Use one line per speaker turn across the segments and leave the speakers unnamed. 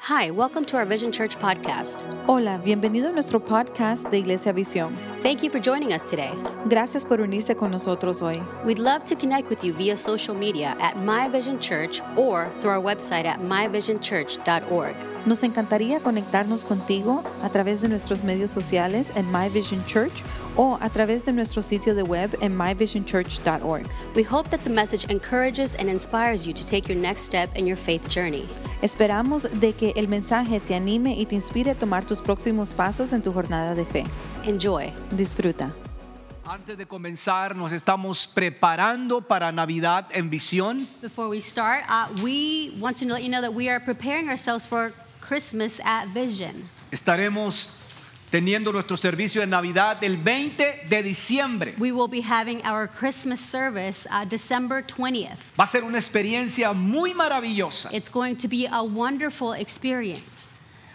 Hi, welcome to our Vision Church podcast.
Hola, bienvenido a nuestro podcast de Iglesia Visión.
Thank you for joining us today.
Gracias por unirse con nosotros hoy.
We'd love to connect with you via social media at My Vision Church or through our website at myvisionchurch.org.
Nos encantaría conectarnos contigo a través de nuestros medios sociales en My Vision Church o a través de nuestro sitio de web en myvisionchurch.org.
We hope that the message encourages and inspires you to take your next step in your faith journey.
Esperamos de que el mensaje te anime y te inspire a tomar tus próximos pasos en tu jornada de fe.
Enjoy.
Disfruta.
Antes de comenzar, nos estamos preparando para Navidad en visión.
Before we start, uh, we want to let you know that we are preparing ourselves for Christmas at Vision.
Estaremos teniendo nuestro servicio de Navidad el 20 de diciembre.
We will be having our Christmas service uh, December 20th.
Va a ser una experiencia muy maravillosa.
It's going to be a wonderful experience.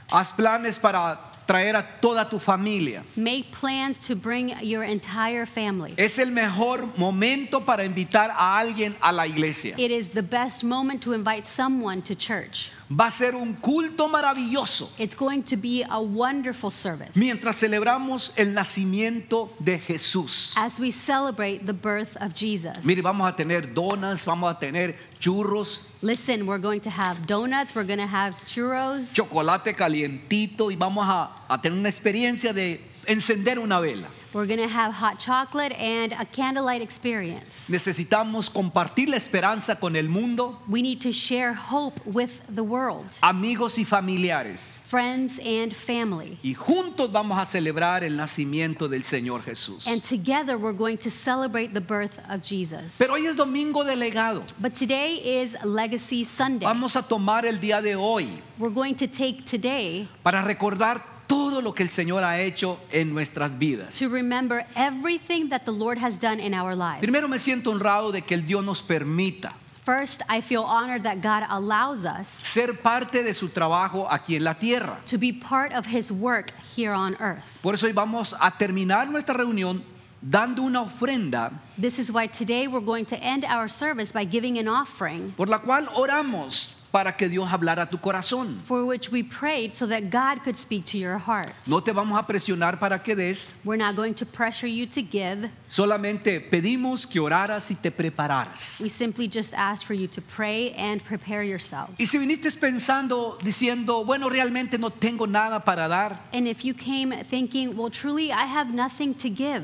Haz planes para traer a toda tu familia.
Make plans to bring your entire family.
Es el mejor momento para invitar a alguien a la iglesia.
It is the best moment to invite someone to church.
Va a ser un culto maravilloso
It's going to be a wonderful service
mientras celebramos el nacimiento de Jesús.
as we celebrate the birth of Jesus.
Mire, vamos a tener donas, vamos a tener churros,
Listen, we're going to have donuts, we're going to have churros,
chocolate calientito y vamos a, a tener una experiencia de encender una vela.
we're going to have hot chocolate, and a candlelight experience.
Necesitamos compartir la esperanza con el mundo,
We need to share hope with the world,
amigos y familiares.
friends, and family.
Y juntos vamos a celebrar el nacimiento del Señor Jesús.
And together we're going to celebrate the birth of Jesus.
Pero hoy es domingo de legado.
But today is Legacy Sunday.
Vamos a tomar el día de hoy
We're going to take today
para recordar todo lo que el Señor ha hecho en nuestras vidas.
to remember everything that the Lord has done in our lives.
Primero me siento honrado de que el Dios nos permita
First, I feel honored that God allows us
ser parte de su trabajo aquí en la tierra.
to be part of His work here on earth.
Por eso hoy vamos a terminar nuestra reunión dando una ofrenda
This is why today we're going to end our service by giving an offering
por la cual oramos para que Dios hablara a tu corazón.
for which we prayed so that God could speak to your heart.
No te vamos a presionar para que des,
We're not going to pressure you to give.
solamente pedimos que oraras y te prepararas.
We simply just ask for you to pray and prepare yourselves.
Y si viniste pensando, diciendo, bueno, realmente no tengo nada para dar,
And if you came thinking, well, truly, I have nothing to give,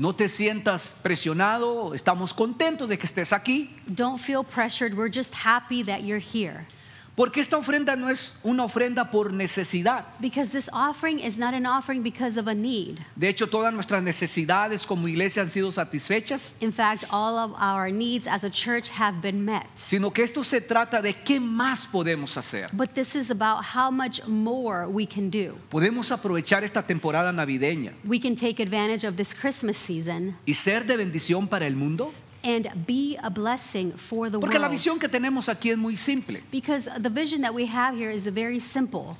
no te sientas presionado, estamos contentos de que estés aquí,
don't feel pressured. We're just happy that you're here.
porque esta ofrenda no es una ofrenda por necesidad.
Because this offering is not an offering because of a need.
De hecho, todas nuestras necesidades como iglesia han sido satisfechas.
In fact, all of our needs as a church have been met.
sino que esto se trata de qué más podemos hacer.
But this is about how much more we can do.
Podemos aprovechar esta temporada navideña
We can take advantage of this Christmas season
y ser de bendición para el mundo,
and be a blessing for the
porque la
world.
visión que tenemos aquí es muy simple.
Because the vision that we have here is very simple.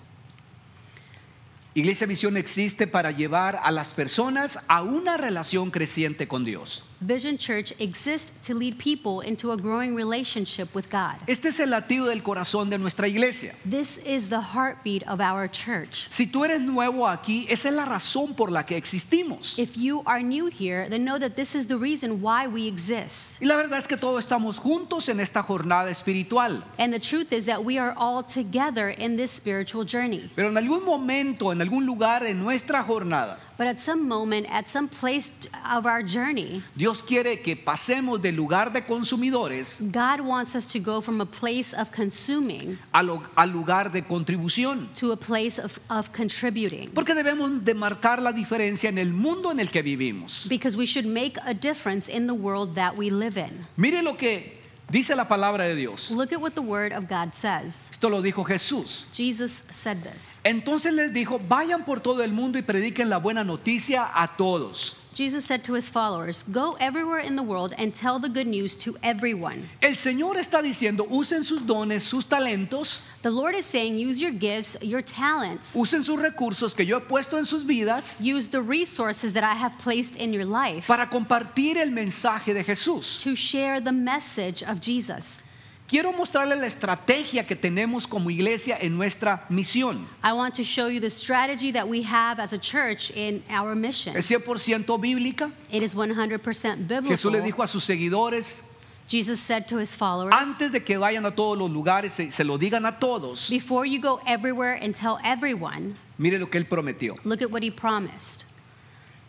Iglesia Visión existe para llevar a las personas a una relación creciente con Dios.
Vision Church exists to lead people into a growing relationship with God.
Este es el latido del corazón de nuestra iglesia.
This is the heartbeat of our church.
Si tú eres nuevo aquí, esa es la razón por la que existimos.
If you are new here, then know that this is the reason why we exist.
Y la verdad es que todos estamos juntos en esta jornada espiritual.
And the truth is that we are all together in this spiritual journey.
Pero en algún momento, en algún lugar en nuestra jornada,
But at some moment, at some place of our journey,
Dios quiere que pasemos del lugar de consumidores
God wants us to go from a place of consuming
a lo- al lugar de contribución.
to a place of, of contributing.
Porque debemos de marcar la diferencia en el mundo en el que vivimos.
Because we should make a difference in the world that we live in.
Mire lo que dice la palabra de Dios.
Look at what the Word of God says.
Esto lo dijo Jesús.
Jesus said this.
Entonces les dijo, vayan por todo el mundo y prediquen la buena noticia a todos.
Jesus said to his followers, Go everywhere in the world and tell the good news to everyone.
El Señor está diciendo, usen sus dones, sus talentos,
The Lord is saying, Use your gifts, your talents,
usen sus recursos que yo he puesto en sus vidas
use the resources that I have placed in your life
para compartir el mensaje de Jesús.
to share the message of Jesus.
Quiero mostrarle la estrategia que tenemos como iglesia en nuestra misión.
I want to show you the strategy that we have as a church in our mission.
Es 100% bíblica.
It is 100% biblical.
Jesús le dijo a sus seguidores,
Jesus said to his followers,
antes de que vayan a todos los lugares, se, se lo digan a todos,
Before you go everywhere and tell everyone,
mire lo que él prometió.
look at what he promised.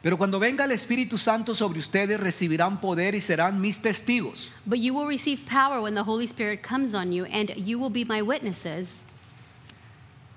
Pero cuando venga el Espíritu Santo sobre ustedes, recibirán poder y serán mis testigos.
But you will receive power when the Holy Spirit comes on you, and you will be my witnesses,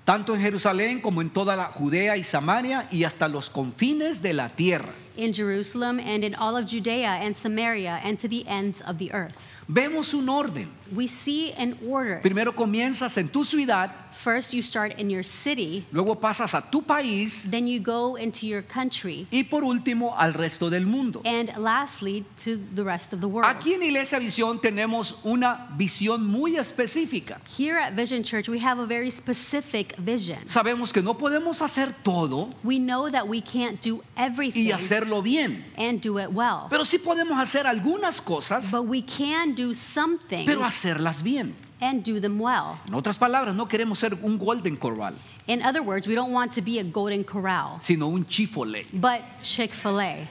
tanto en Jerusalén como en toda la Judea y Samaria y hasta los confines de la tierra.
in Jerusalem and in all of Judea and Samaria and to the ends of the earth.
Vemos un orden.
We see an order.
Primero comienzas en tu ciudad,
First, you start in your city,
luego pasas a tu país
then, you go into your country,
y por último al resto del mundo.
and lastly, to the rest of the world.
Aquí en Iglesia Visión tenemos una visión muy específica.
Here at Vision Church, we have a very specific vision.
Sabemos que no podemos hacer todo
We know that we can't do
y
everything
hacerlo bien,
and do it well,
pero sí podemos hacer algunas cosas,
but we can do some
pero
things
hacerlas bien.
and do them well.
En otras palabras, no queremos ser un Golden Corral,
In other words, we don't want to be a golden corral,
sino un chifole.
but Chick fil A,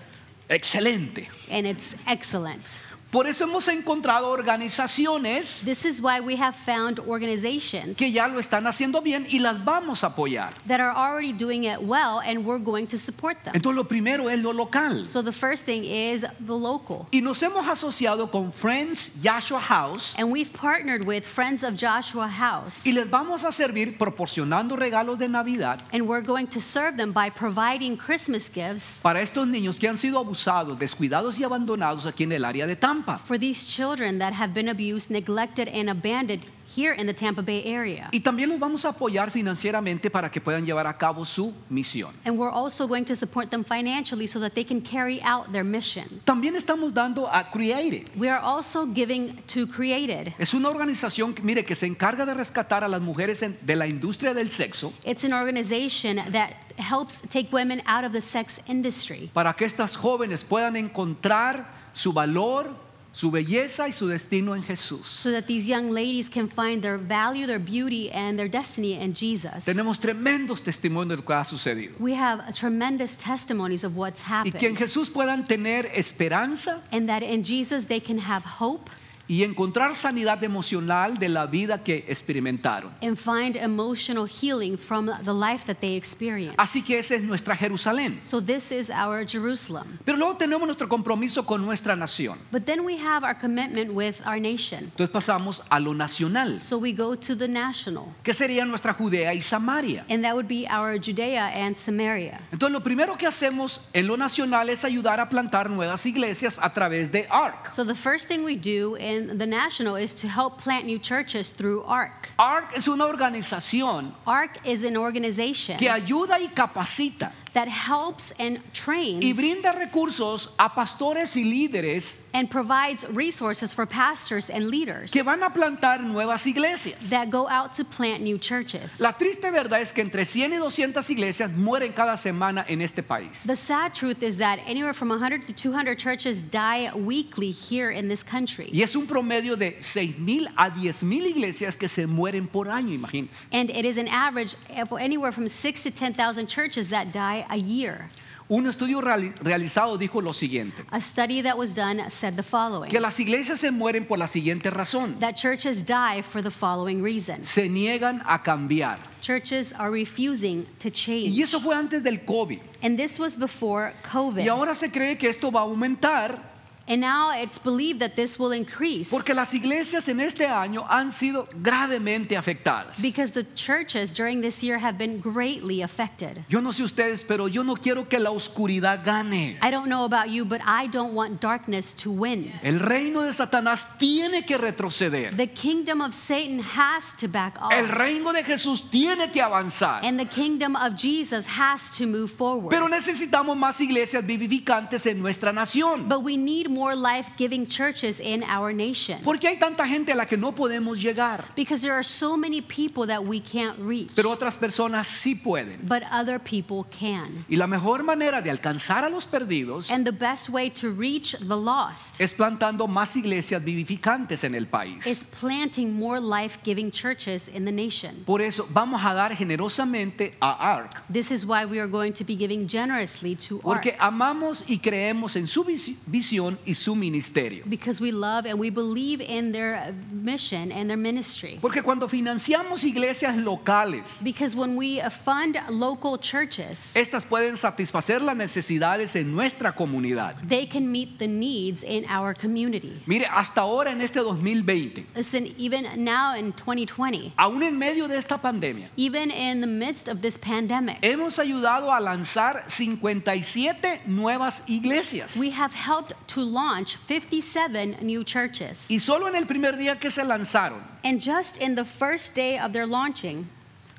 Excelente.
and it's excellent.
Por eso hemos encontrado organizaciones
This is why we have found organizations
que ya lo están haciendo bien y las vamos a apoyar.
that are already doing it well, and we're going to support them.
Entonces lo primero es lo local.
So the first thing is the local.
Y nos hemos asociado con Friends Joshua House
And we've partnered with Friends of Joshua House,
y les vamos a servir proporcionando regalos de Navidad
and we're going to serve them by providing Christmas gifts
para estos niños que han sido abusados, descuidados y abandonados aquí en el área de Tampa.
for these children that have been abused, neglected, and abandoned here in the Tampa Bay area.
Y también los vamos a apoyar financieramente para que puedan llevar a cabo su misión.
And we're also going to support them financially so that they can carry out their mission.
También estamos dando a Creative.
We are also giving to Created.
Es una organización, que, mire, que se encarga de rescatar a las mujeres en- de la industria del sexo
It's an organization that helps take women out of the sex industry
para que estas jóvenes puedan encontrar su valor, su belleza y su destino en Jesús.
so that these young ladies can find their value, their beauty, and their destiny in Jesus.
Tenemos tremendos testimonios de lo que ha sucedido.
We have tremendous testimonies of what's
Y que en
happened.
Jesús puedan tener esperanza
And that in Jesus they can have hope
y encontrar sanidad emocional de la vida que experimentaron.
and find emotional healing from the life that they experience.
Así que esa es nuestra Jerusalén.
So, this is our Jerusalem.
Pero luego tenemos nuestro compromiso con nuestra nación.
But then we have our commitment with our nation.
Entonces pasamos a lo nacional,
So we go to the national,
que sería nuestra Judea y Samaria.
and that would be our Judea and Samaria.
Entonces lo primero que hacemos en lo nacional es ayudar a plantar nuevas iglesias a través de ARC.
So the first thing we do in the national is to help plant new churches through ARC.
ARC es una organización
ARC is an organization
que ayuda y capacita
that helps and
y
trains
brinda recursos a pastores y líderes
and provides resources for pastors and leaders
que van a plantar nuevas iglesias.
that go out to plant new churches.
La triste verdad es que entre 100 y 200 iglesias mueren cada semana en este país.
The sad truth is that anywhere from 100 to 200 churches die weekly here in this country.
Y es un promedio de 6.000 a 10.000 iglesias que se mueren por año, imagínense.
And it is an average of anywhere from six to 10,000 churches that die a year.
Un estudio reali- realizado dijo lo siguiente,
A study that was done said the following
que las iglesias se mueren por la siguiente razón.
that churches die for the following reasons.
Se niegan a cambiar.
Churches are refusing to
Y
change.
eso fue antes del COVID.
And this was before
Y
COVID.
ahora se cree que esto va a aumentar
And now it's believed that this will increase
porque las iglesias en este año han sido gravemente afectadas.
because the churches during this year have been greatly affected.
Yo no sé ustedes, pero yo no quiero que la oscuridad gane.
I don't know about you, but I don't want darkness to win.
El reino de Satanás tiene que retroceder.
The kingdom of Satan has to back
El
off,
reino de Jesús tiene que avanzar.
and the kingdom of Jesus has to move forward.
Pero necesitamos más iglesias vivificantes en nuestra nación.
But we need more life giving churches in our nation.
¿Por qué hay tanta gente a la que no podemos llegar?
Because there are so many people that we can't reach,
Pero otras personas sí pueden.
but other people can.
Y la mejor manera de alcanzar a los perdidos
And the best way to reach the lost
es plantando más iglesias vivificantes en el
is
país.
planting more life giving churches in the nation.
Por eso vamos a dar generosamente a ARC,
This is why we are going to be giving generously to ARC.
porque amamos y creemos en su visi- visión y su ministerio.
Because we love and we believe in their uh, mission and their ministry.
Porque cuando financiamos iglesias locales,
Because when we uh, fund local churches,
estas pueden satisfacer las necesidades en nuestra comunidad.
they can meet the needs in our community.
Mire, hasta ahora en este 2020,
Listen, even now in 2020,
aún en medio de esta pandemia,
even in the midst of this pandemic,
hemos ayudado a lanzar 57 nuevas iglesias.
we have helped to launch 57 new churches.
Y solo en el primer día que se lanzaron,
And just in the first day of their launching,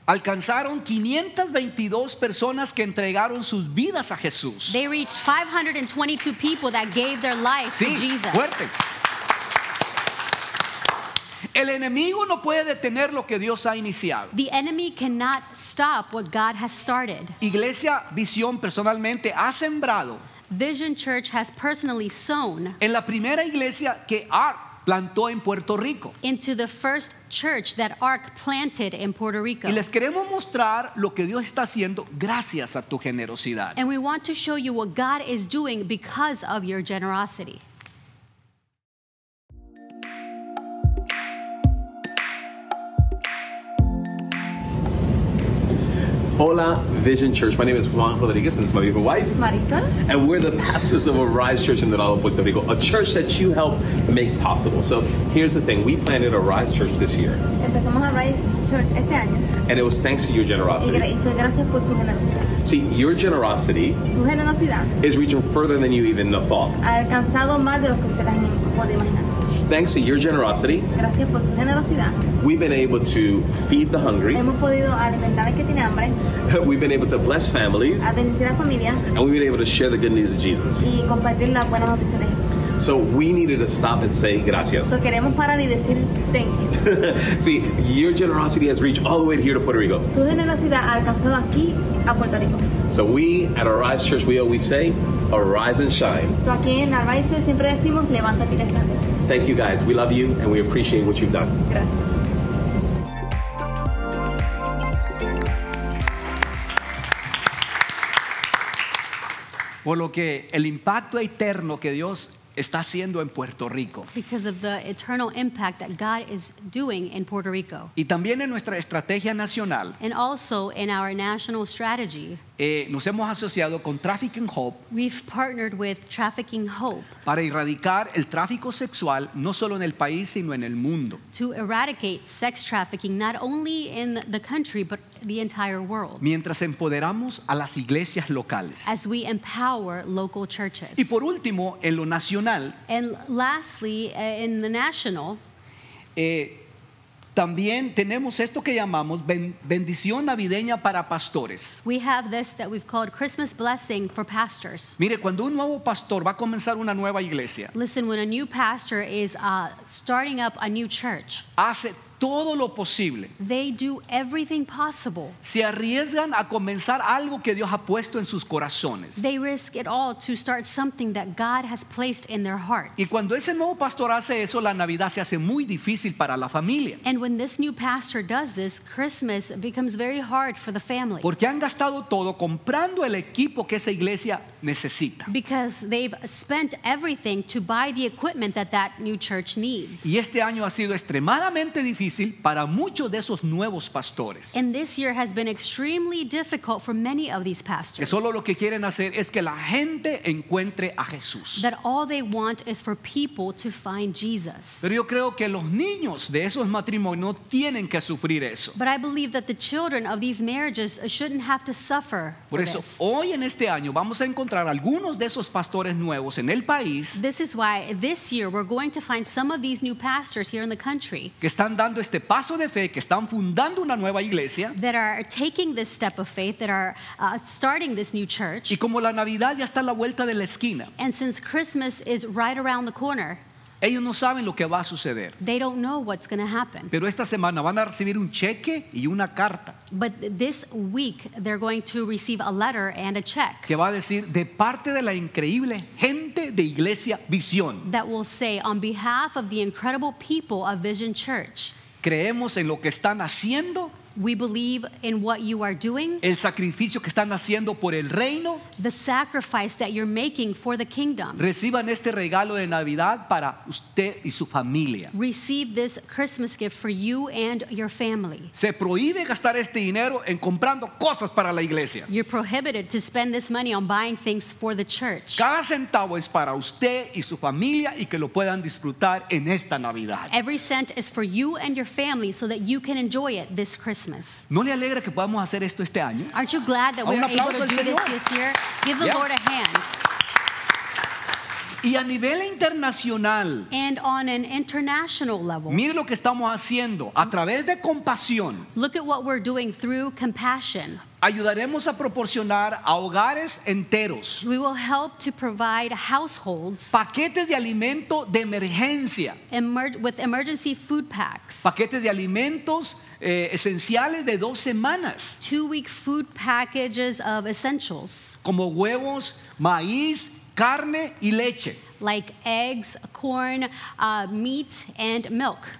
alcanzaron 522 personas que entregaron sus vidas a Jesús.
they reached 522 people that gave their life
Sí,
to Jesus.
fuerte. El enemigo no puede detener lo que Dios ha iniciado.
The enemy cannot stop what God has started.
Iglesia Visión personalmente ha sembrado
Vision Church has personally sown
en la primera iglesia que Art plantó en Puerto Rico.
into the first church that ARC planted in Puerto Rico.
Y les queremos mostrar lo que Dios está haciendo gracias a tu generosidad.
And we want to show you what God is doing because of your generosity.
Hola Vision Church. My name is Juan Rodriguez and it's my beautiful wife.
Marisol.
And we're the pastors of Arise Church in Dorado, Puerto Rico, a church that you help make possible. So here's the thing we planted Arise Church this year,
Empezamos a Rise Church este año
and it was thanks to your
y, gra-
generosity.
y fue gracias por su generosidad.
See, your generosity
Su generosidad
is reaching further than you even thought.
ha alcanzado más de lo que ustedes ni- pueden imaginar.
Thanks to your generosity,
Gracias por su generosidad
we've been able to feed the hungry,
hemos podido alimentar al que tiene hambre,
we've been able to bless families,
a bendecir a familias
and we've been able to share the good news of Jesus.
y compartir la buena noticia de Jesús.
So we needed to stop and say gracias.
So queremos parar y decir thank you.
See, your generosity has reached all the way here to Puerto Rico.
Su generosidad ha alcanzado aquí a Puerto Rico.
So we at Arise Church, we always say, arise and shine.
So aquí en la Rise Church siempre decimos levántate y resplandece.
Thank you guys. We love you and we appreciate what you've done.
Gracias.
Por lo que el impacto eterno que Dios está haciendo en Puerto Rico
Because of the eternal impact that God is doing in Puerto Rico.
y también en nuestra estrategia nacional,
And also in our national strategy,
eh, nos hemos asociado con Trafficking Hope
we've partnered with Trafficking Hope
para erradicar el tráfico sexual no solo en el país, sino en el mundo.
to eradicate sex trafficking not only in the country but the entire world
mientras empoderamos a las iglesias locales.
as we empower local churches.
Y por último, en lo nacional,
And lastly, uh, in the national,
eh, también tenemos esto que llamamos ben- bendición navideña para pastores.
we have this that we've called Christmas blessing for pastors.
Mire, cuando un nuevo pastor va a comenzar una nueva iglesia,
Listen, when a new pastor is uh, starting up a new church,
hace todo lo posible.
they do everything possible.
Se arriesgan a comenzar algo que Dios ha puesto en sus corazones.
They risk it all to start something that God has placed in their hearts.
Y cuando ese nuevo pastor hace eso, la Navidad se hace muy difícil para la familia.
And when this new pastor does this, Christmas becomes very hard for the family
Porque han gastado todo comprando el equipo que esa iglesia necesita.
because they've spent everything to buy the equipment that that new church needs.
Y este año ha sido extremadamente difícil para muchos de esos nuevos pastores.
And this year has been extremely difficult for many of these
Que
pastors.
solo lo que quieren hacer es que la gente encuentre a Jesús.
That all they want is for people to find Jesus.
Pero yo creo que los niños de esos matrimonios no tienen que sufrir eso.
But I believe that the children of these marriages shouldn't have to suffer
Por
for
eso
this.
hoy en este año vamos a encontrar algunos de esos pastores nuevos en el país
This is why this year we're going to find some of these new pastors here in the country
que están dando este paso de fe, que están fundando una nueva iglesia.
that are taking this step of faith, that are uh, starting this new church.
Y como la Navidad ya está a la vuelta de la esquina,
And since Christmas is right around the corner,
ellos no saben lo que va a suceder.
they don't know what's going to happen.
Pero esta semana van a recibir un cheque y una carta
But this week, they're going to receive a letter and a check
que va a decir de parte de la increíble gente de Iglesia Visión.
that will say, on behalf of the incredible people of Vision Church,
Creemos en lo que están haciendo,
we believe in what you are doing,
el sacrificio que están haciendo por el reino.
the sacrifice that you're making for the kingdom.
Reciban este regalo de Navidad para usted y su familia.
Receive this Christmas gift for you and your family.
Se prohíbe gastar este dinero en comprando cosas para la iglesia.
You're prohibited to spend this money on buying things for the church.
Cada centavo es para usted y su familia y que lo puedan disfrutar en esta Navidad.
Every cent is for you and your family so that you can enjoy it this Christmas.
¿No le alegra que podamos hacer esto este año?
Aren't you glad that
A
we
un
were able
aplauso
to
al
do this
Señor.
this year? Give the
Yeah.
Lord a hand.
Y a nivel internacional,
And on an international level,
mire lo que estamos haciendo. A través de compasión,
look at what we're doing through compassion.
ayudaremos a proporcionar a hogares enteros
We will help to provide households
paquetes de alimento de emergencia,
emer- with emergency food packs,
paquetes de alimentos eh, esenciales de dos semanas,
two week food packages of essentials
como huevos, maíz, carne y leche.
like eggs, corn, uh, meat, and milk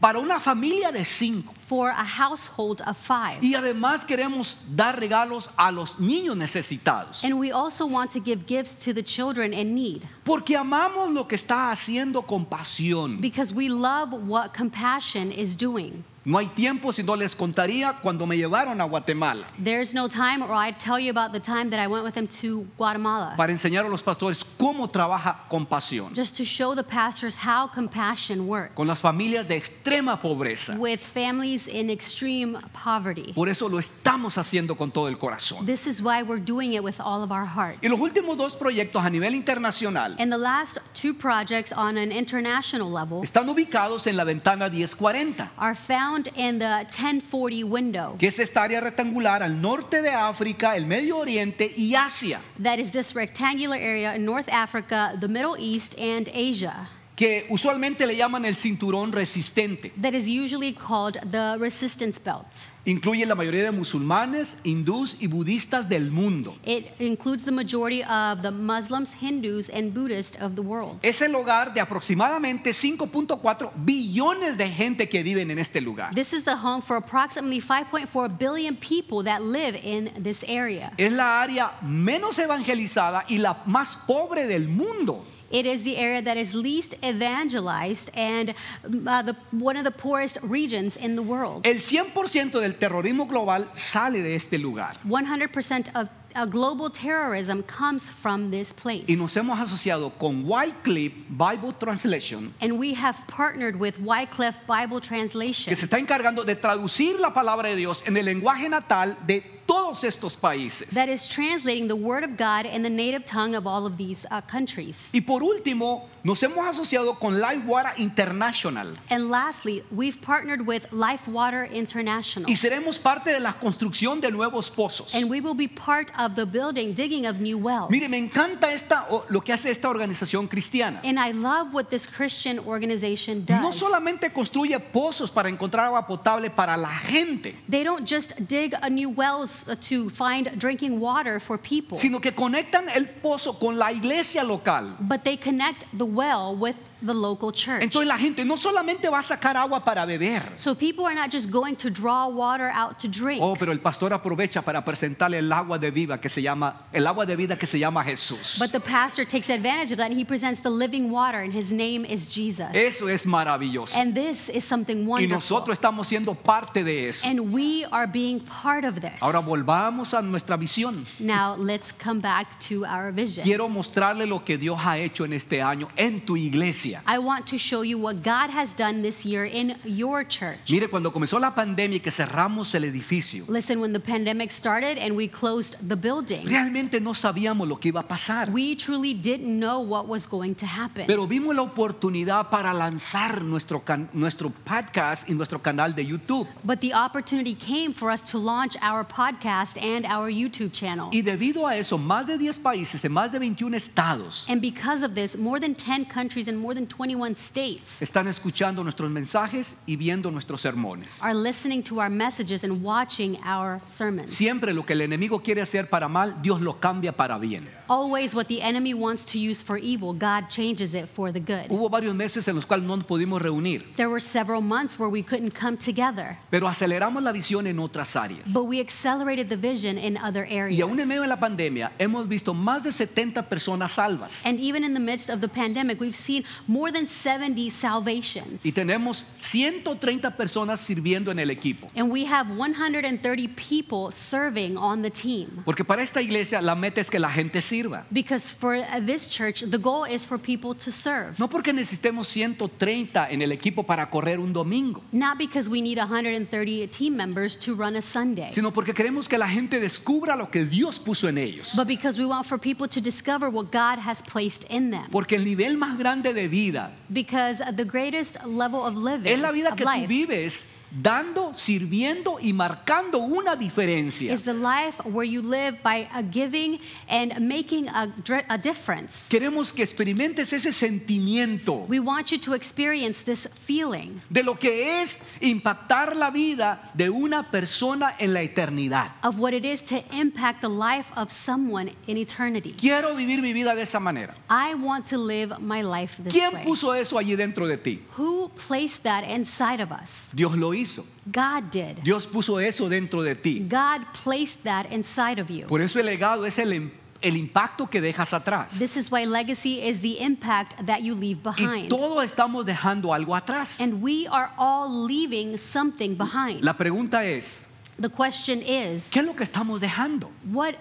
para una familia de cinco.
for a household of five.
Y además queremos dar regalos a los niños necesitados.
And we also want to give gifts to the children in need
Porque amamos lo que está haciendo con pasión.
because we love what compassion is doing.
No hay tiempo si no les contaría cuando me llevaron a Guatemala
There's no time, or I'd tell you about the time that I went with them to Guatemala
para enseñar a los pastores cómo trabaja con pasión.
just to show the pastors how compassion works
Con las familias de extrema pobreza.
with families in extreme poverty.
Por eso lo estamos haciendo con todo el corazón.
This is why we're doing it with all of our hearts.
Y los últimos dos proyectos a nivel internacional
And the last two projects on an international level
están ubicados en la ventana 1040.
are found in the 1040 window.
que es esta área rectangular al norte de África, el Medio Oriente y Asia,
That is this rectangular area in North Africa, the Middle East, and Asia.
que usualmente le llaman el cinturón resistente.
that is usually called the resistance belt.
Incluye la mayoría de musulmanes, hindús y budistas del mundo.
It includes the majority of the Muslims, Hindus, and Buddhists of the world.
Es el hogar de aproximadamente 5.4 billones de gente que viven en este lugar.
This is the home for approximately 5.4 billion people that live in this area.
Es la área menos evangelizada y la más pobre del mundo.
It is the area that is least evangelized and mm, uh, the, one of the poorest regions in the world.
El 100% del terrorismo global sale de este lugar.
100% of uh, global terrorism comes from this place.
Y nos hemos asociado con Wycliffe Bible Translation
And we have partnered with Wycliffe Bible Translation.
que se está encargando de traducir la palabra de Dios en el lenguaje natal de todos estos países.
that is translating the word of God in the native tongue of all of these uh, countries.
Y por último, nos hemos asociado con Lightwater International
And lastly, we've partnered with Life Water International.
y seremos parte de la construcción de nuevos pozos.
And we will be part of the building, digging of new wells.
Mire, me encanta esta, o- lo que hace esta organización cristiana.
And I love what this Christian organization
No
does.
solamente construye pozos para encontrar agua potable para la gente,
They don't just dig a new wells to find drinking water for people,
sino que conectan el pozo con la iglesia local.
but they connect the well with the local church.
Entonces la gente no solamente va a sacar agua para beber,
So people are not just going to draw water out to drink.
Oh, pero el pastor aprovecha para presentarle el agua de vida que se llama el agua de vida que se llama Jesús.
But the pastor takes advantage of that and he presents the living water, and his name is Jesus.
Eso es maravilloso.
And this is something
Y
wonderful.
nosotros estamos siendo parte de eso.
and we are being part of this.
Ahora volvamos a nuestra visión.
now let's come back to our vision.
Quiero mostrarle lo que Dios ha hecho en este año en tu iglesia.
I want to show you what God has done this year in your church.
Mire, cuando comenzó la pandemia y que cerramos el edificio,
Listen, when the pandemic started and we closed the building,
realmente no sabíamos lo que iba a pasar,
we truly didn't know what was going to happen.
pero vimos la oportunidad para lanzar nuestro, can- nuestro podcast y nuestro canal de YouTube.
But the opportunity came for us to launch our podcast and our YouTube channel.
Y debido a eso, más de 10 países, de más de 21 estados,
And because of this, more than 10 countries and more than 21 states
están escuchando nuestros mensajes y viendo nuestros sermones.
are listening to our messages and watching our sermons.
Siempre lo que el enemigo quiere hacer para mal, Dios lo cambia para bien.
Always what the enemy wants to use for evil, God changes it for the good.
Hubo varios meses en los cuales no nos pudimos reunir,
There were several months where we couldn't come together,
pero aceleramos la visión en otras áreas.
but we accelerated the vision in other
Y aún en
areas.
medio de la pandemia hemos visto más de 70 personas salvas
And even in the midst of the pandemic, we've seen more than 70 salvations.
y tenemos 130 personas sirviendo en el equipo.
And we have 130 people serving on the team.
Porque para esta iglesia la meta es que la gente sirva.
Because for uh, this church, the goal is for people to serve.
No porque necesitemos 130 en el equipo para correr un domingo,
Not because we need 130 team members to run a Sunday,
sino porque queremos que la gente descubra lo que Dios puso en ellos.
but because we want for people to discover what God has placed in them.
Porque el nivel más grande de vida
Because the greatest level of living,
es la vida
of
que tú
life,
vives dando, sirviendo y marcando una diferencia.
is the life where you live by uh, giving and making a, dr- a difference.
Queremos que experimentes ese sentimiento
We want you to experience this feeling
de lo que es impactar la vida de una persona en la eternidad.
of what it is to impact the life of someone in eternity.
Quiero vivir mi vida de esa manera.
I want to live my life this
¿Quién
way.
puso eso allí dentro de ti?
Who placed that inside of us?
Dios lo hizo.
God did.
Dios puso eso dentro de ti.
God placed that inside of you.
Por eso el legado es el, im- el impacto que dejas atrás.
This is why legacy is the impact that you leave
Y
behind.
todos estamos dejando algo atrás.
And we are all leaving something behind.
La pregunta es,
The question is,
¿qué es lo que estamos dejando?
what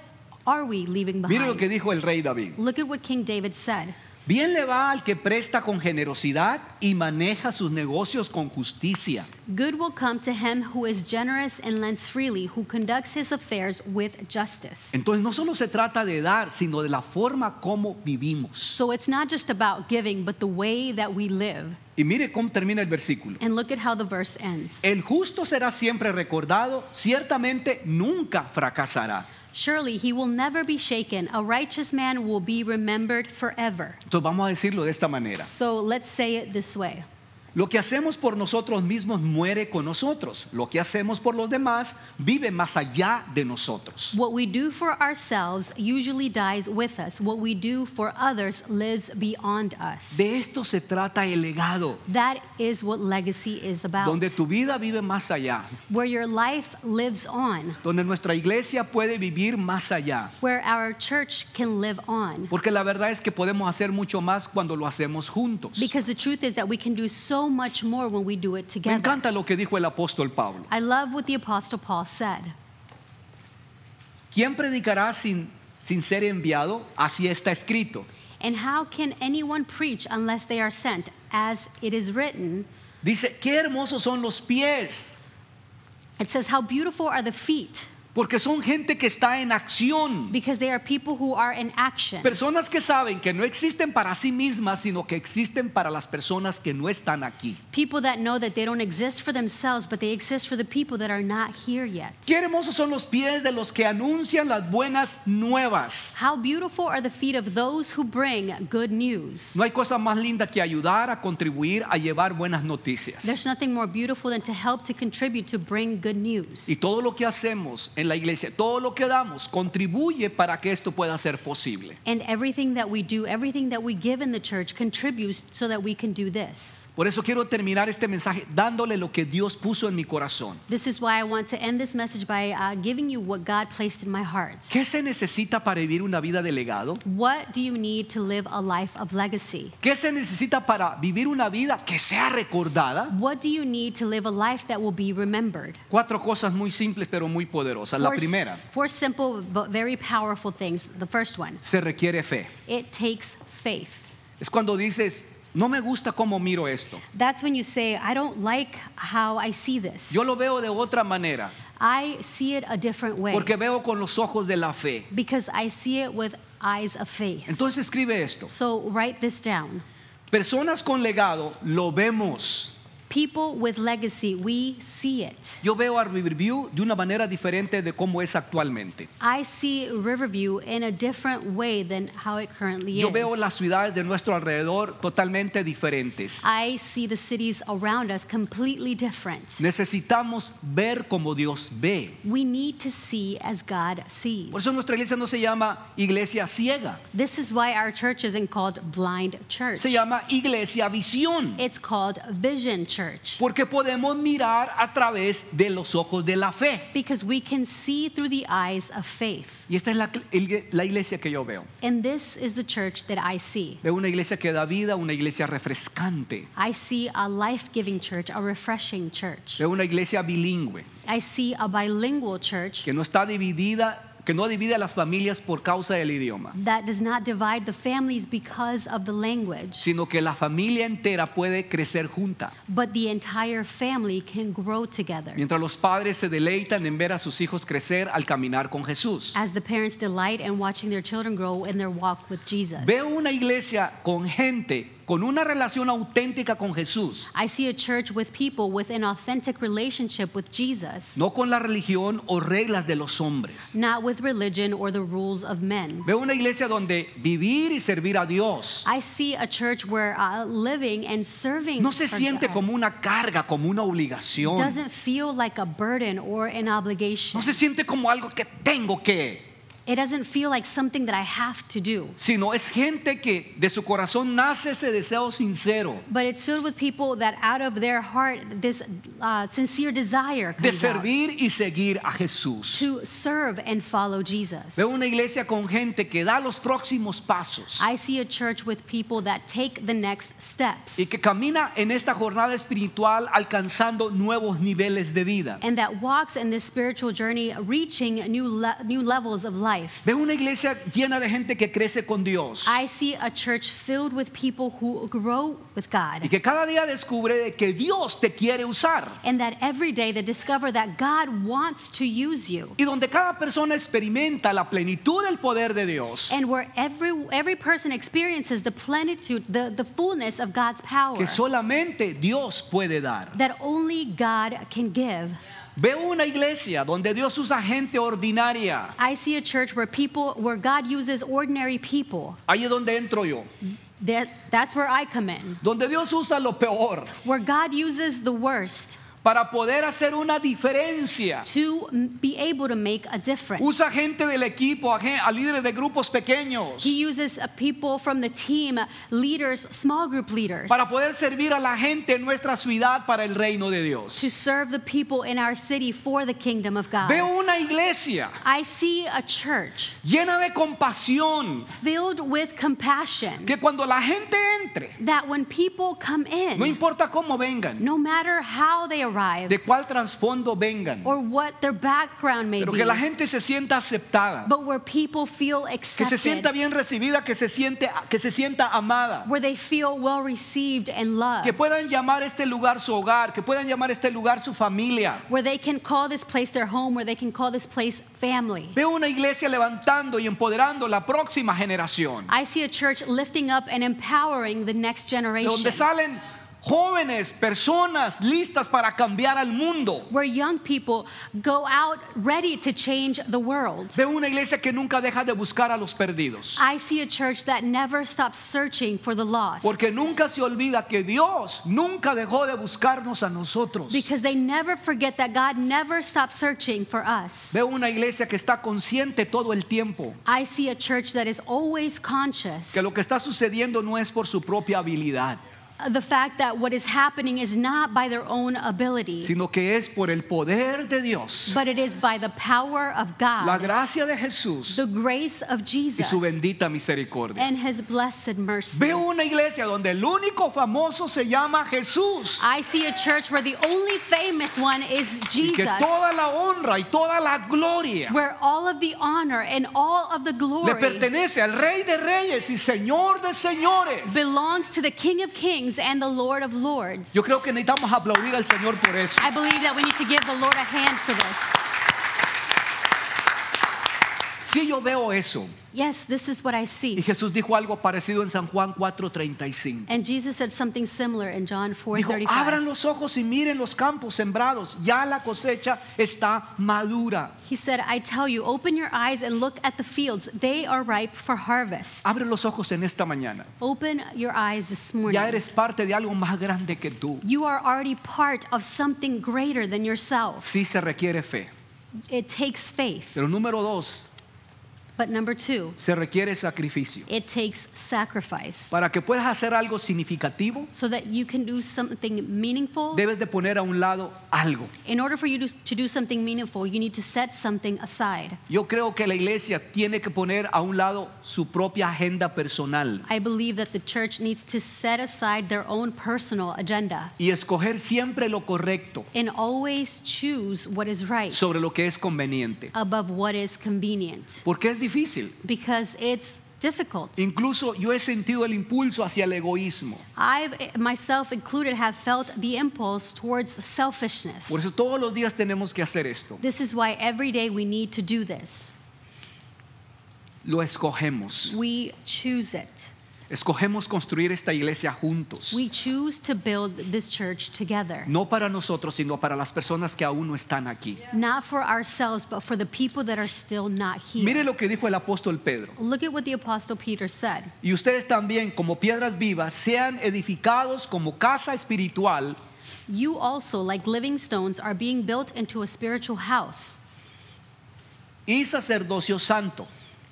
are we leaving
Mira lo que
behind?
dijo el rey David.
Look at what King David said.
Bien le va al que presta con generosidad y maneja sus negocios con justicia.
Good will come to him who is generous and lends freely, who conducts his affairs with justice.
Entonces no solo se trata de dar, sino de la forma como vivimos.
So it's not just about giving, but the way that we live.
Y mire cómo termina el versículo.
And look at how the verse ends.
El justo será siempre recordado, ciertamente nunca fracasará.
Surely he will never be shaken. A righteous man will be remembered forever.
Entonces vamos a decirlo de esta manera.
So let's say it this way
Lo que hacemos por nosotros mismos muere con nosotros. Lo que hacemos por los demás vive más allá de nosotros.
What we do for ourselves usually dies with us, what we do for others lives beyond us.
De esto se trata el legado,
That is what legacy is about,
donde tu vida vive más allá,
where your life lives on,
donde nuestra iglesia puede vivir más allá.
where our church can live on.
Porque la verdad es que podemos hacer mucho más cuando lo hacemos juntos.
Because the truth is that we can do so much more when we do it
Me
together.
encanta lo que dijo el apóstol Pablo.
I love what the Apostle Paul said.
¿Quién predicará sin, sin ser enviado? Así está escrito.
And how can anyone preach unless they are sent? As it is written,
Dice, qué hermosos son los pies,
it says, How beautiful are the feet,
porque son gente que está en acción.
because they are people who are in action.
Personas que saben que no existen para sí mismas, sino que existen para las personas que no están aquí.
People that know that they don't exist for themselves, but they exist for the people that are not here yet.
Qué hermosos son los pies de los que anuncian las buenas nuevas.
How beautiful are the feet of those who bring good news.
No hay cosa más linda que ayudar a contribuir a llevar buenas noticias.
There's nothing more beautiful than to help to contribute to bring good news.
Y todo lo que hacemos en la iglesia, todo lo que damos, contribuye para que esto pueda ser posible.
And everything that we do, everything that we give in the church contributes so that we can do this.
Por eso quiero terminar este mensaje dándole lo que Dios puso en mi corazón.
This is why I want to end this message by uh, giving you what God placed in my heart.
¿Qué se necesita para vivir una vida de legado?
What do you need to live a life of legacy?
¿Qué se necesita para vivir una vida que sea recordada?
What do you need to live a life that will be remembered?
Cuatro cosas muy simples pero muy poderosas. La
Four s-
primera,
Four simple but very powerful things. The first one,
se requiere fe.
it takes faith.
Es cuando dices, No me gusta cómo miro esto.
That's when you say, I don't like how I see this.
Yo lo veo de otra manera,
I see it a different way
porque veo con los ojos de la fe.
because I see it with eyes of faith.
Entonces escribe esto.
So write this down.
Personas con legado lo vemos.
People with legacy, we see it.
Yo veo a Riverview de una manera diferente de cómo es actualmente.
I see Riverview in a different way than how it currently
Yo
is.
veo las ciudades de nuestro alrededor totalmente diferentes.
I see the cities around us completely different.
Necesitamos ver como Dios ve.
We need to see as God sees.
Por eso nuestra iglesia no se llama iglesia ciega,
This is why our church isn't called Blind Church.
se llama iglesia visión.
It's called Vision Church
Porque podemos mirar a través de los ojos de la fe.
because we can see through the eyes of faith.
Y esta es la, cl- la iglesia que yo veo.
And this is the church that I see.
Veo una iglesia que da vida, una iglesia refrescante.
I see a life giving church, a refreshing church.
Veo una iglesia bilingüe,
I see a bilingual church
que no está dividida, que no divide a las familias por causa del idioma,
that does not divide the families because of the language,
sino que la familia entera puede crecer junta.
but the entire family can grow together.
Mientras los padres se deleitan en ver a sus hijos crecer al caminar con Jesús.
As the parents delight in watching their children grow in their walk with Jesus.
Veo una iglesia con gente, con una relación auténtica con Jesús,
I see a church with people with an authentic relationship with Jesus,
no con la religión o reglas de los hombres.
not with religion or the rules of men.
Veo una iglesia donde vivir y servir a Dios
I see a church where uh, living and serving
no se
for
siente
God
como una carga, como una obligación.
doesn't feel like a burden or an obligation.
No se siente como algo que tengo que,
It doesn't feel like something that I have to do.
sino es gente que de su corazón nace ese deseo sincero
But it's filled with people that out of their heart this uh, sincere desire
de
comes out
servir y seguir a Jesús.
to serve and follow Jesus.
Veo una iglesia con gente que da los próximos pasos
I see a church with people that take the next steps
y que camina en esta jornada espiritual alcanzando nuevos niveles de vida.
and that walks in this spiritual journey, reaching new, le- new levels of life.
Veo una iglesia llena de gente que crece con Dios
I see a church filled with people who grow with
y
God
que cada día descubre de que Dios te quiere usar.
and that every day they discover that God wants to use you.
y donde cada persona experimenta la plenitud del poder de Dios,
And where every, every person experiences the plenitude, the, the fullness of God's power
que solamente Dios puede dar.
that only God can give.
Veo una iglesia donde Dios usa gente ordinaria.
I see a church where people, where God uses ordinary people.
Ahí es donde entro yo.
That, that's where I come in.
Donde Dios usa lo peor
where God uses the worst
para poder hacer una diferencia.
to m- be able to make a difference.
Usa gente del equipo, a, gen- a líderes de grupos pequeños,
he uses uh, people from the team, uh, leaders, small group leaders,
para poder servir a la gente en nuestra ciudad para el reino de Dios.
to serve the people in our city for the kingdom of God.
Veo una iglesia
I see a church
llena de compasión,
filled with compassion
que cuando la gente entre,
that when people come in,
no importa cómo vengan,
no matter how they arrive
de cuál trasfondo vengan,
or what their background may
pero
be,
que la gente se sienta aceptada,
but where people feel
que se
accepted,
sienta bien recibida, que se, siente, que se sienta amada,
where they feel well received and loved.
que puedan llamar este lugar su hogar, que puedan llamar este lugar su familia.
where they can call this place their home, where they can call this place family.
Veo una iglesia levantando y empoderando la próxima generación,
I see a church lifting up and empowering the next
de
generation.
donde salen jóvenes, personas listas para cambiar al mundo.
Where young people go out ready to change the world.
Veo una iglesia que nunca deja de buscar a los perdidos,
I see a church that never stops searching for the lost.
porque nunca se olvida que Dios nunca dejó de buscarnos a nosotros.
Because they never forget that God never stops searching for us.
Veo una iglesia que está consciente todo el tiempo,
I see a church that is always conscious
que lo que está sucediendo no es por su propia habilidad,
the fact that what is happening is not by their own ability,
sino que es por el poder de Dios,
but it is by the power of
la
God,
gracia de Jesús
the grace of
y
Jesus,
su bendita misericordia.
and His blessed mercy.
Veo una iglesia donde el único famoso se llama Jesús
I see a church where the only famous one is
y que
Jesus,
toda la honra y toda la gloria
where all of the honor and all of the
le
glory
pertenece al Rey de Reyes y Señor de Señores.
belongs to the King of Kings and the Lord of Lords.
Yo creo que necesitamos aplaudir al Señor por eso.
I believe that we need to give the Lord a hand for this.
Sí, yo veo eso.
Yes, this is what I
Y
see.
Jesús dijo algo parecido en San Juan 4:35.
And Jesus said something similar in John
Dijo, abran
4:35.
los ojos y miren los campos sembrados, ya la cosecha está madura.
He said, "I tell you, open your eyes and look at the fields. They are ripe for harvest."
Abre los ojos en esta mañana.
Open your eyes this
Ya
morning.
eres parte de algo más grande que tú.
You are already part of something greater than yourself.
Sí se requiere fe.
It takes faith.
Pero número dos,
But number 2,
se requiere sacrificio.
it takes sacrifice.
Para que puedas hacer algo significativo,
So that you can do something meaningful,
debes de poner a un lado algo.
in order for you to, to do something meaningful, you need to set something aside.
Yo creo que la iglesia tiene que poner a un lado su propia agenda personal
I believe that the church needs to set aside their own personal agenda
y escoger siempre lo correcto
and always choose what is right
sobre lo que es conveniente.
above what is convenient
Porque es difícil.
because it's difficult.
Incluso yo he sentido el impulso hacia el egoísmo.
I've eh, myself included have felt the impulse towards selfishness.
Por eso todos los días tenemos que hacer esto.
This is why every day we need to do this.
Lo escogemos.
We choose it.
Escogemos construir esta iglesia juntos.
We choose to build this church together.
No para nosotros, sino para las personas que aún no están aquí.
Not for ourselves, but for the people that are still not here.
Mire lo que dijo el apóstol Pedro.
Look at what the Apostle Peter said.
Y ustedes también, como piedras vivas, sean edificados como casa espiritual
You also, like living stones, are being built into a spiritual house
y sacerdocio santo.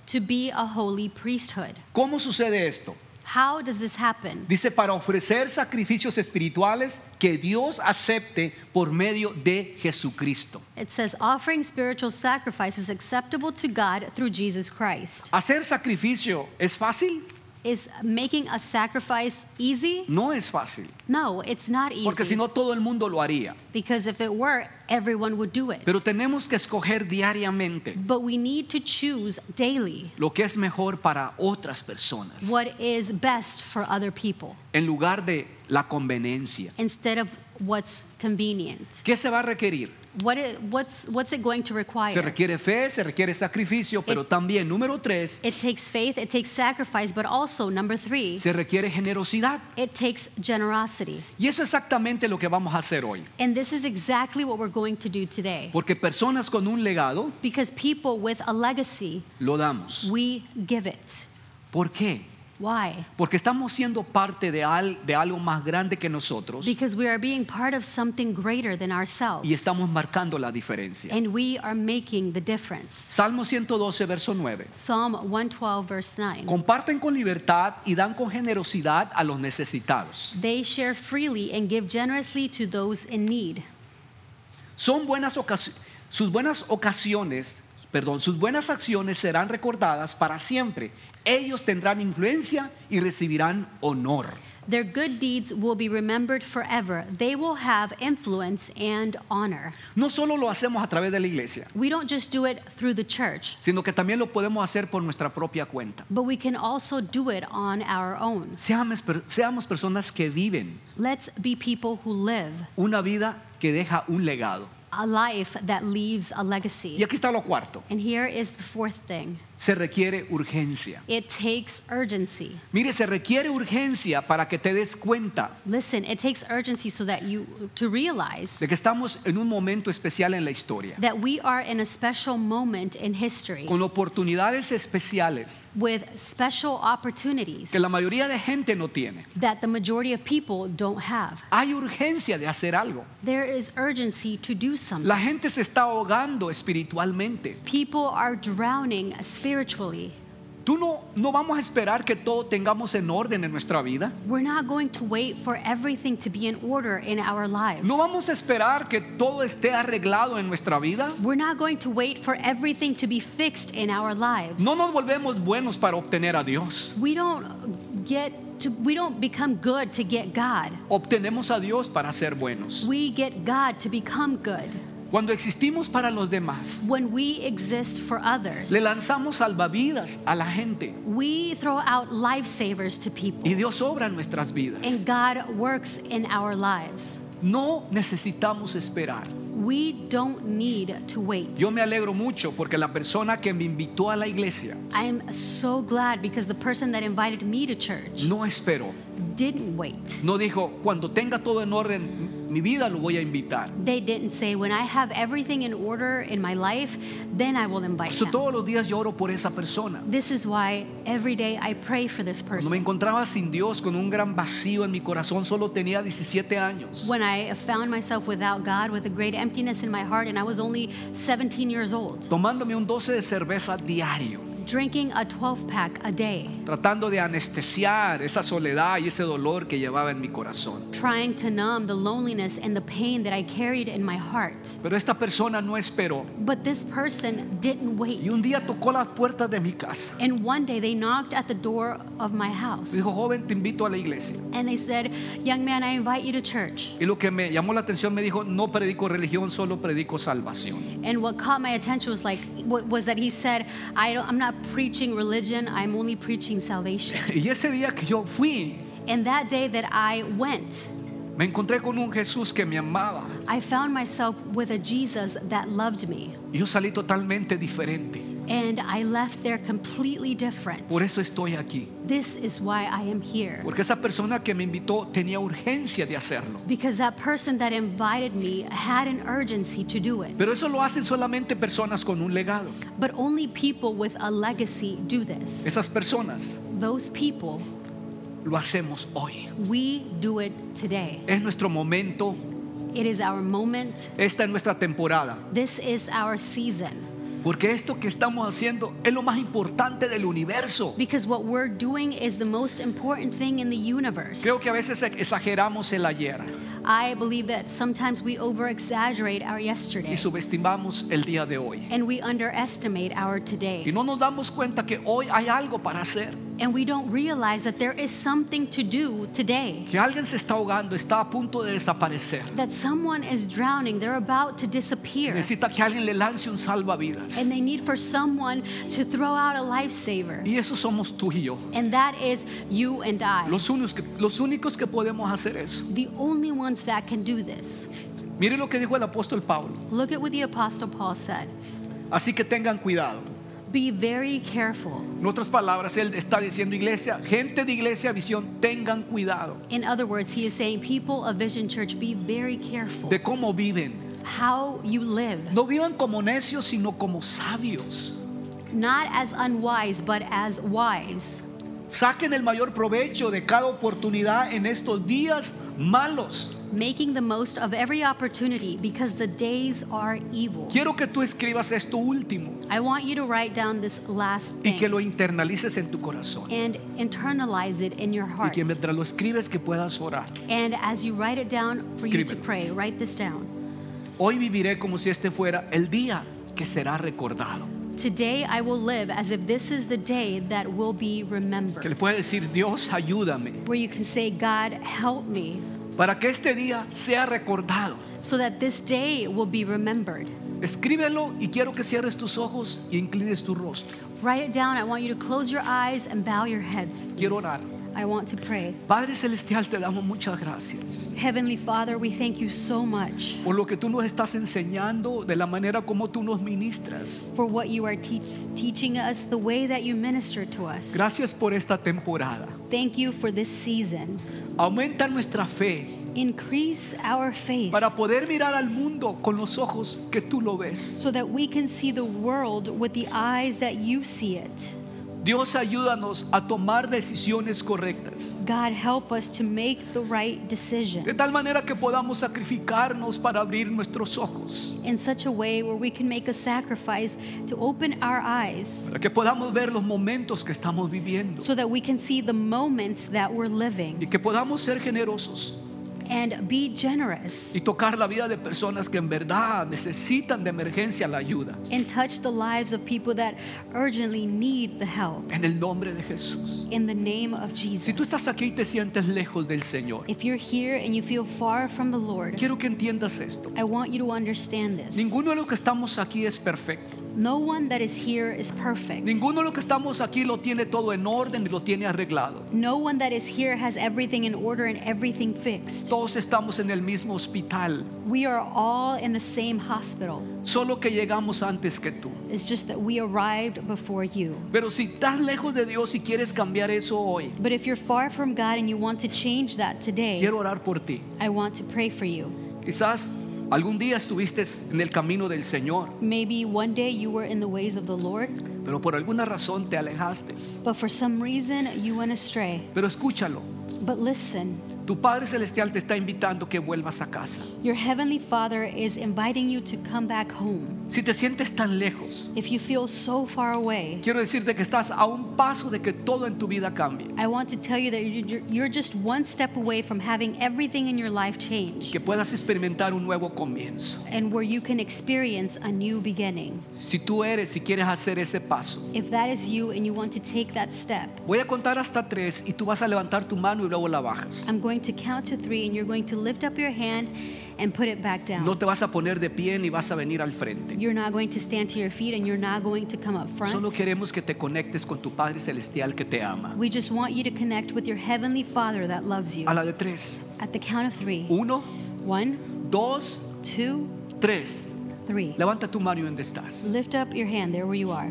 to be a holy priesthood.
¿Cómo sucede esto?
How does this happen?
Dice, para ofrecer sacrificios espirituales que Dios acepte por medio de Jesucristo.
It says, offering spiritual sacrifices acceptable to God through Jesus Christ.
¿Hacer sacrificio es fácil?
Is making a sacrifice easy?
No es fácil,
No, it's not easy.
porque si no todo el mundo lo haría.
because if it were, everyone would do it.
Pero tenemos que escoger diariamente
but we need to choose daily
lo que es mejor para otras personas
what is best for other people
en lugar de la conveniencia.
instead of what's convenient.
¿Qué se va a requerir?
What it, what's, what's it going to require?
Se requiere fe, se requiere sacrificio, pero también, número tres,
It takes faith, it takes sacrifice, but also, number three,
se requiere generosidad.
it takes generosity.
Y eso es exactamente lo que vamos a hacer hoy.
And this is exactly what we're going to do today.
Porque personas con un legado
Because people with a legacy,
lo damos.
we give it.
¿Por qué?
Why?
Porque estamos siendo parte de, al- de algo más grande que nosotros
Because we are being part of something greater than ourselves.
y estamos marcando la diferencia.
And we are making the difference.
Salmo 112, verso 9.
Psalm 112, verse 9.
Comparten con libertad y dan con generosidad a los necesitados.
They share freely and give generously to those in need.
Son buenas ocas- sus buenas ocasiones, perdón, sus buenas acciones serán recordadas para siempre. Ellos tendrán influencia y recibirán honor.
Their good deeds will be remembered forever. They will have influence and honor.
No solo lo hacemos a través de la iglesia,
We don't just do it through the church,
sino que también lo podemos hacer por nuestra propia cuenta.
but we can also do it on our own.
Seamos, per- seamos personas que viven
Let's be people who live
una vida que deja un legado.
a life that leaves a
Y
legacy.
aquí está lo cuarto.
And here is the fourth thing
Se requiere urgencia.
it takes urgency.
Mire, se requiere urgencia para que te des cuenta
Listen, it takes urgency so that you to realize
de que estamos en un momento especial en la historia,
that we are in a special moment in history
con oportunidades especiales
with special opportunities
que la mayoría de gente no tiene.
that the majority of people don't have.
Hay urgencia de hacer algo.
There is urgency to do something.
La gente se está ahogando espiritualmente.
People are drowning spiritually.
Tú no, no vamos a esperar que todo tengamos en orden en nuestra vida.
We're not going to wait for everything to be in order in our lives.
No vamos a esperar que todo esté arreglado en nuestra vida.
We're not going to wait for everything to be fixed in our lives.
No nos volvemos buenos para obtener a Dios.
We don't get to we don't become good to get God.
Obtenemos a Dios para ser buenos.
We get God to become good.
Cuando existimos para los demás,
When we exist for others,
le lanzamos salvavidas a la gente
we throw out lifesavers to people.
y Dios obra en nuestras
And
vidas.
God works in our lives.
No necesitamos esperar.
We don't need to wait.
Yo me alegro mucho porque la persona que me invitó a la iglesia
I'm so glad because the person that invited me to church
no esperó.
didn't wait.
No dijo, cuando tenga todo en orden, mi vida lo voy a invitar.
They didn't say, when I have everything in order in my life, then I will invite
Por eso
them.
todos los días yo oro por esa persona.
This is why every day I pray for this
Cuando
person.
me encontraba sin Dios, con un gran vacío en mi corazón, solo tenía 17 años.
When I found myself without God with a great emptiness in my heart, and I was only 17 years old,
Tomándome un 12 de cerveza diario,
drinking a 12 pack a day,
tratando de anestesiar esa soledad y ese dolor que llevaba en mi corazón.
trying to numb the loneliness and the pain that I carried in my heart.
Pero esta persona no esperó.
But this person didn't wait.
Y un día tocó las puertas de mi casa.
And one day they knocked at the door of my house.
Me dijo, joven, te invito a la iglesia.
And they said, Young man, I invite you to church.
Y lo que me llamó la atención me dijo, no predico religión, solo predico salvación.
And what caught my attention was like wa- was that he said, I don't, I'm not preaching religion, I'm only preaching salvation.
Y ese día que yo fui,
and that day that I went,
me encontré con un Jesús que me amaba.
I found myself with a Jesus that loved me.
Y yo salí totalmente diferente.
And I left there completely different.
Por eso estoy aquí.
This is why I am here.
Porque esa persona que me invitó tenía urgencia de hacerlo.
Because that person that invited me had an urgency to do it.
Pero eso lo hacen solamente personas con un legado.
but only people with a legacy do this.
Esas personas
Those people,
lo hacemos hoy.
we do it today.
Es nuestro momento.
It is our moment.
Esta es nuestra temporada.
This is our season.
Porque esto que estamos haciendo es lo más importante del universo.
Because what we're doing is the most important thing in the universe.
Creo que a veces exageramos el ayer
I believe that sometimes we over exaggerate our yesterday
y subestimamos el día de hoy.
and we underestimate our
Y
today.
no nos damos cuenta que hoy hay algo para hacer.
And we don't realize that there is something to do today.
Que alguien se está ahogando, está a punto de desaparecer.
That someone is drowning, they're about to disappear.
Necesita que alguien le lance un salvavidas.
And they need for someone to throw out a lifesaver.
Y eso somos tú y yo.
And that is you and I.
Los únicos, que- los únicos que podemos hacer eso.
the only ones that can do this.
Mire lo que dijo el apóstol Pablo.
Look at what the Apostle Paul said.
Así que tengan cuidado.
Be very careful.
En otras palabras, él está diciendo, iglesia, gente de iglesia visión, tengan cuidado
In other words, he is saying, people of Vision Church, be very careful
de cómo viven.
how you live,
No vivan como necios, sino como sabios.
not as unwise, but as wise.
Saquen el mayor provecho de cada oportunidad en estos días malos.
Making the most of every opportunity because the days are evil.
Quiero que tú escribas esto último
I want you to write down this last
y que lo
thing
internalices en tu corazón.
and internalize it in your
Y
heart.
que mientras lo escribes que puedas orar.
And as you write it down, for you to
Escríbelo.
pray, write this down.
Hoy viviré como si este fuera el día que será recordado.
Today I will live as if this is the day that will be
Que le
remembered.
puede decir, Dios, ayúdame
Where you can say, God, help me,
para que este día sea recordado.
so that this day will be remembered.
Escríbelo y quiero que cierres tus ojos y inclines tu rostro.
Write it down. I want you to close your eyes and bow your heads.
Quiero
please.
orar.
I want to pray.
Padre Celestial, te damos muchas gracias
Heavenly Father, we thank you so much
por lo que tú nos estás enseñando, de la manera como tú nos ministras.
for what you are teach teaching us, the way that you minister to us.
Gracias por esta temporada.
Thank you for this season.
Aumenta nuestra fe
Increase our faith
para poder mirar al mundo con los ojos que tú lo ves.
so that we can see the world with the eyes that you see it.
Dios ayúdanos a tomar decisiones correctas.
God, help us to make the right decisions
De tal manera que podamos sacrificarnos para abrir nuestros ojos.
in such a way where we can make a sacrifice to open our eyes
Para que podamos ver los momentos que estamos viviendo.
so that we can see the moments that we're living
Y que podamos ser generosos
and be generous
y tocar la vida de personas que en verdad necesitan de emergencia la ayuda.
and touch the lives of people that urgently need the help.
En el nombre de Jesús.
In the name of Jesus.
Si tú estás aquí y te sientes lejos del Señor,
If you're here and you feel far from the Lord,
quiero que entiendas esto.
I want you to understand this.
Ninguno de los que estamos aquí es perfecto.
No one that is here is perfect.
Ninguno de los que estamos aquí lo tiene todo en orden y lo tiene arreglado.
No one that is here has everything in order and everything fixed.
Todos estamos en el mismo hospital,
We are all in the same hospital.
solo que llegamos antes que tú.
It's just that we arrived before you.
Pero si estás lejos de Dios y quieres cambiar eso hoy,
But if you're far from God and you want to change that today,
quiero orar por ti.
I want to pray for you.
Quizás algún día estuviste en el camino del Señor,
Maybe one day you were in the ways of the Lord,
pero por alguna razón te alejaste.
but for some reason you went astray.
Pero escúchalo,
But listen,
tu Padre Celestial te está invitando que vuelvas a casa.
your Heavenly Father is inviting you to come back home.
Si te sientes tan lejos,
If you feel so far away,
quiero decirte que estás a un paso de que todo en tu vida cambie.
I want to tell you that you- you're you're just one step away from having everything in your life change
Que puedas experimentar un nuevo comienzo.
and where you can experience a new beginning.
Si tú eres, si quieres hacer ese paso,
If that is you and you want to take that step,
Voy a contar hasta tres y tú vas a levantar tu mano y luego la bajas.
I'm going to count to three and you're going to lift up your hand and put it back down.
No te vas a poner de pie ni vas a venir al frente.
You're not going to stand to your feet and you're not going to come up
Solo
front.
queremos que te conectes con tu Padre Celestial que te ama.
We just want you to connect with your Heavenly Father that loves you.
A la de tres.
At the count of three
Uno,
one,
dos,
two,
tres.
three.
Levanta tu mano y donde estás.
Lift up your hand there where you are.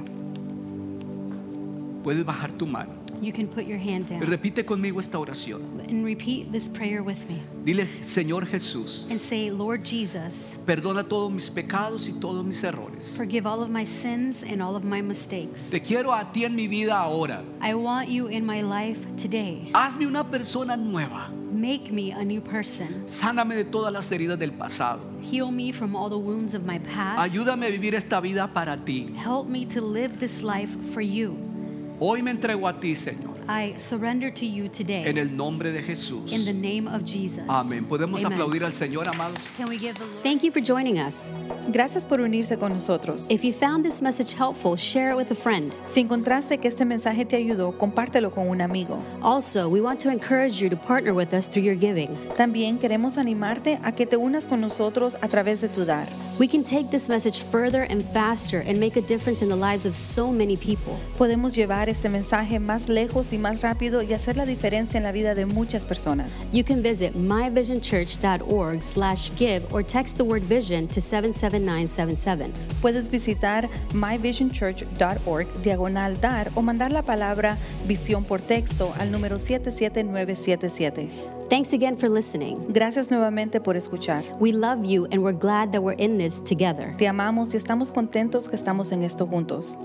Puedes bajar tu mano.
You can put your hand
Y
down.
Repite conmigo esta oración.
and repeat this prayer with me
Dile, Señor Jesús,
and say, Lord Jesus,
perdona todos mis pecados y todos mis errores.
forgive all of my sins and all of my mistakes.
Te quiero a ti en mi vida ahora.
I want you in my life today.
Hazme una persona nueva.
Make me a new person.
Sáname de todas las heridas del pasado.
Heal me from all the wounds of my past.
Ayúdame a vivir esta vida para ti.
Help me to live this life for you.
Hoy me entrego a ti, Señor,
I surrender to you today
en el nombre de Jesús.
in the name of Jesus.
Amén. Podemos
Amen.
aplaudir al Señor, amados.
Can we give the Lord?
Thank you for joining us.
Gracias por unirse con nosotros.
If you found this message helpful, share it with a friend.
Si encontraste que este mensaje te ayudó, compártelo con un amigo.
Also, we want to encourage you to partner with us through your giving.
También queremos animarte a que te unas con nosotros a través de tu dar.
We can take this message further and faster and make a difference in the lives of so many people.
Podemos llevar este mensaje más lejos y más rápido y hacer la diferencia en la vida de muchas personas.
You can visit myvisionchurch.org/give or text the word vision to 77977.
Puedes visitar myvisionchurch.org diagonal dar o mandar la palabra visión por texto al número 77977.
Thanks again for listening.
Gracias nuevamente por escuchar.
We love you and we're glad that we're in this together.
Te amamos y estamos contentos que estamos en esto juntos.